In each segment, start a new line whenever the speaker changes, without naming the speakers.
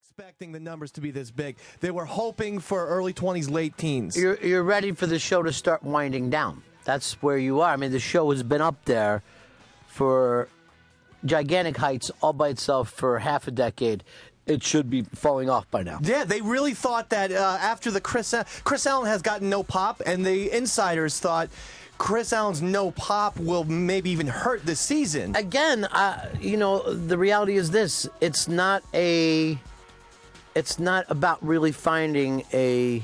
expecting the numbers to be this big. They were hoping for early 20s, late teens.
You're, you're ready for the show to start winding down. That's where you are. I mean, the show has been up there for gigantic heights all by itself for half a decade. It should be falling off by now.
yeah, they really thought that uh, after the Chris Al- Chris Allen has gotten no pop, and the insiders thought Chris Allen's no pop will maybe even hurt this season.
Again, uh, you know, the reality is this: it's not a, it's not about really finding a,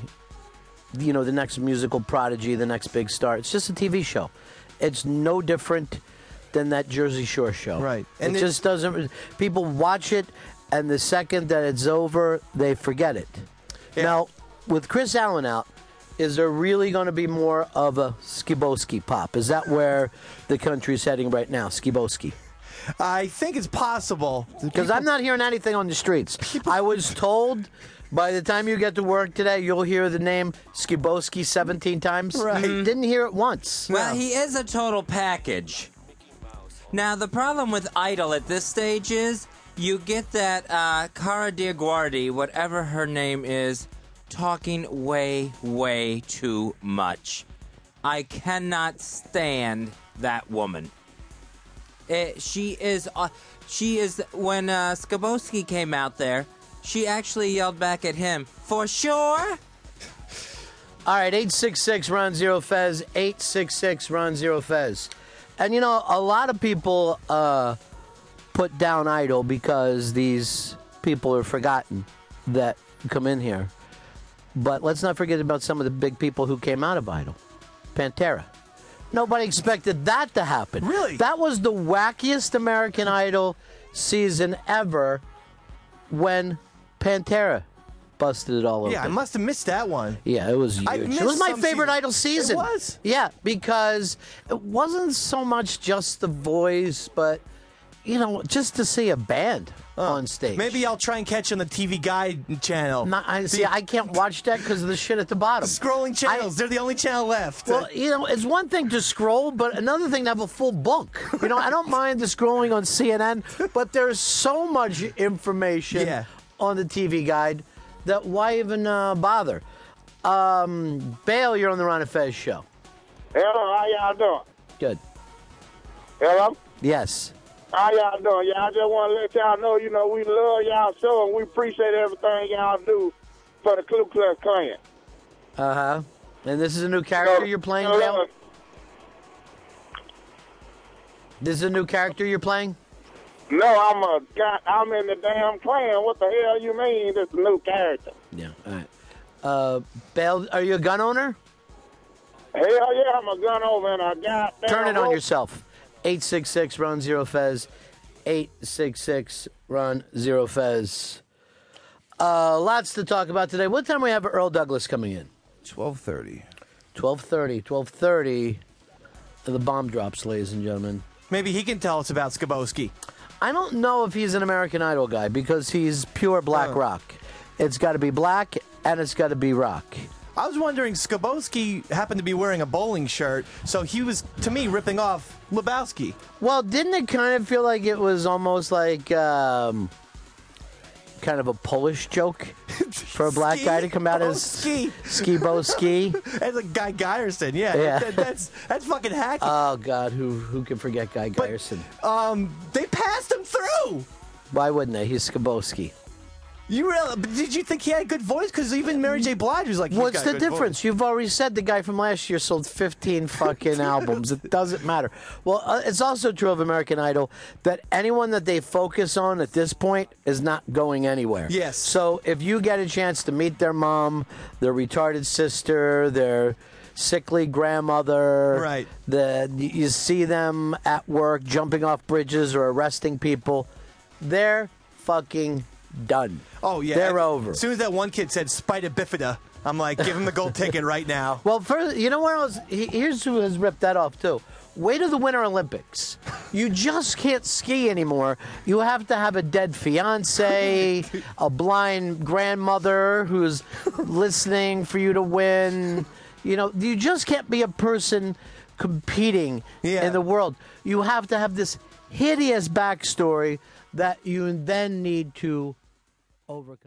you know, the next musical prodigy, the next big star. It's just a TV show. It's no different than that Jersey Shore show.
Right.
And
And
it
it-
just doesn't. People watch it, and the second that it's over, they forget it.
Yeah.
Now, with Chris Allen out, is there really going to be more of a skiboski pop? Is that where the country's heading right now? Skiboski.
I think it's possible
Because I'm not hearing anything on the streets. I was told by the time you get to work today, you'll hear the name Skiboski 17 times.
Right.
Didn't hear it once.
Well, he is a total package. Now, the problem with Idol at this stage is you get that uh, Cara Diaguardi, whatever her name is, talking way, way too much. I cannot stand that woman. It, she is. Uh, she is. When uh, Skabowski came out there, she actually yelled back at him, for sure?
All right, 866 Ron Zero Fez, 866 Ron Zero Fez. And you know, a lot of people uh, put down Idol because these people are forgotten that come in here. But let's not forget about some of the big people who came out of Idol Pantera. Nobody expected that to happen.
Really?
That was the wackiest American Idol season ever when Pantera busted it all open.
Yeah, I must have missed that one.
Yeah, it was huge.
I
It
missed
was my
some
favorite
season.
Idol season.
It was?
Yeah, because it wasn't so much just the voice, but you know, just to see a band on stage.
Maybe I'll try and catch on the TV Guide channel.
Not, I see.
The
I can't watch that because of the shit at the bottom.
scrolling channels.
I-
They're the only channel left.
well, you know, it's one thing to scroll, but another thing to have a full book. You know, I don't mind the scrolling on CNN, but there's so much information
Yeah.
on the TV guide that why even uh, bother? Um, Bale, you're on the Ron and Fez show.
Hello, how y'all doing?
Good.
Hello?
Yes.
How y'all doing? Yeah, I just want to let y'all know, you know, we love y'all show and we appreciate everything y'all do for the Ku Klux Klan.
Uh huh. And this is a new character you're playing, Dale?
Hello.
This is a new character you're playing?
No, I'm a guy. I'm in the damn clan. What the hell you mean? This new character?
Yeah. All right. Uh, Bale, are you a gun owner?
Hell yeah, I'm a gun over and a goddamn.
Turn it on
rope.
yourself. 866 Run Zero Fez. 866 Run Zero Fez. Uh, lots to talk about today. What time we have Earl Douglas coming in?
12:30.
1230. 1230. The bomb drops, ladies and gentlemen.
Maybe he can tell us about Skabowski.
I don't know if he's an American Idol guy because he's pure black rock. It's got to be black and it's got to be rock.
I was wondering, Skabowski happened to be wearing a bowling shirt, so he was, to me, ripping off Lebowski.
Well, didn't it kind of feel like it was almost like um, kind of a Polish joke for a black guy to come out as
Ski.
ski bo ski?
That's like Guy Geyerson, yeah.
Yeah.
That- that's, that's fucking hacky.
Oh God, who who can forget Guy
But-
Geyerson?
um, they passed him through.
Why wouldn't they? He's Skabowski.
You real? but Did you think he had a good voice? Because even Mary J. Blige was like, "He's
What's
got a
the
good
difference? You've already said the guy from last year sold 15 fucking albums. It doesn't matter. Well, uh, it's also true of American Idol that anyone that they focus on at this point is not going anywhere.
Yes.
So if you get a chance to meet their mom, their retarded sister, their sickly grandmother,
Right.
The you see them at work jumping off bridges or arresting people, they're fucking done.
voice." Oh yeah,
They're
And
over.
As soon as that one kid said "Spida Bifida," I'm like, "Give him the gold ticket right now."
Well, first, you know what else? he- Here's who has ripped that off too. Wait till the Winter Olympics. You just can't ski anymore. You have to have a dead fiance, a blind grandmother who's listening for you to win. You know, you just can't be a person competing
Yeah.
in the world. You have to have this hideous backstory that you then need to overcome.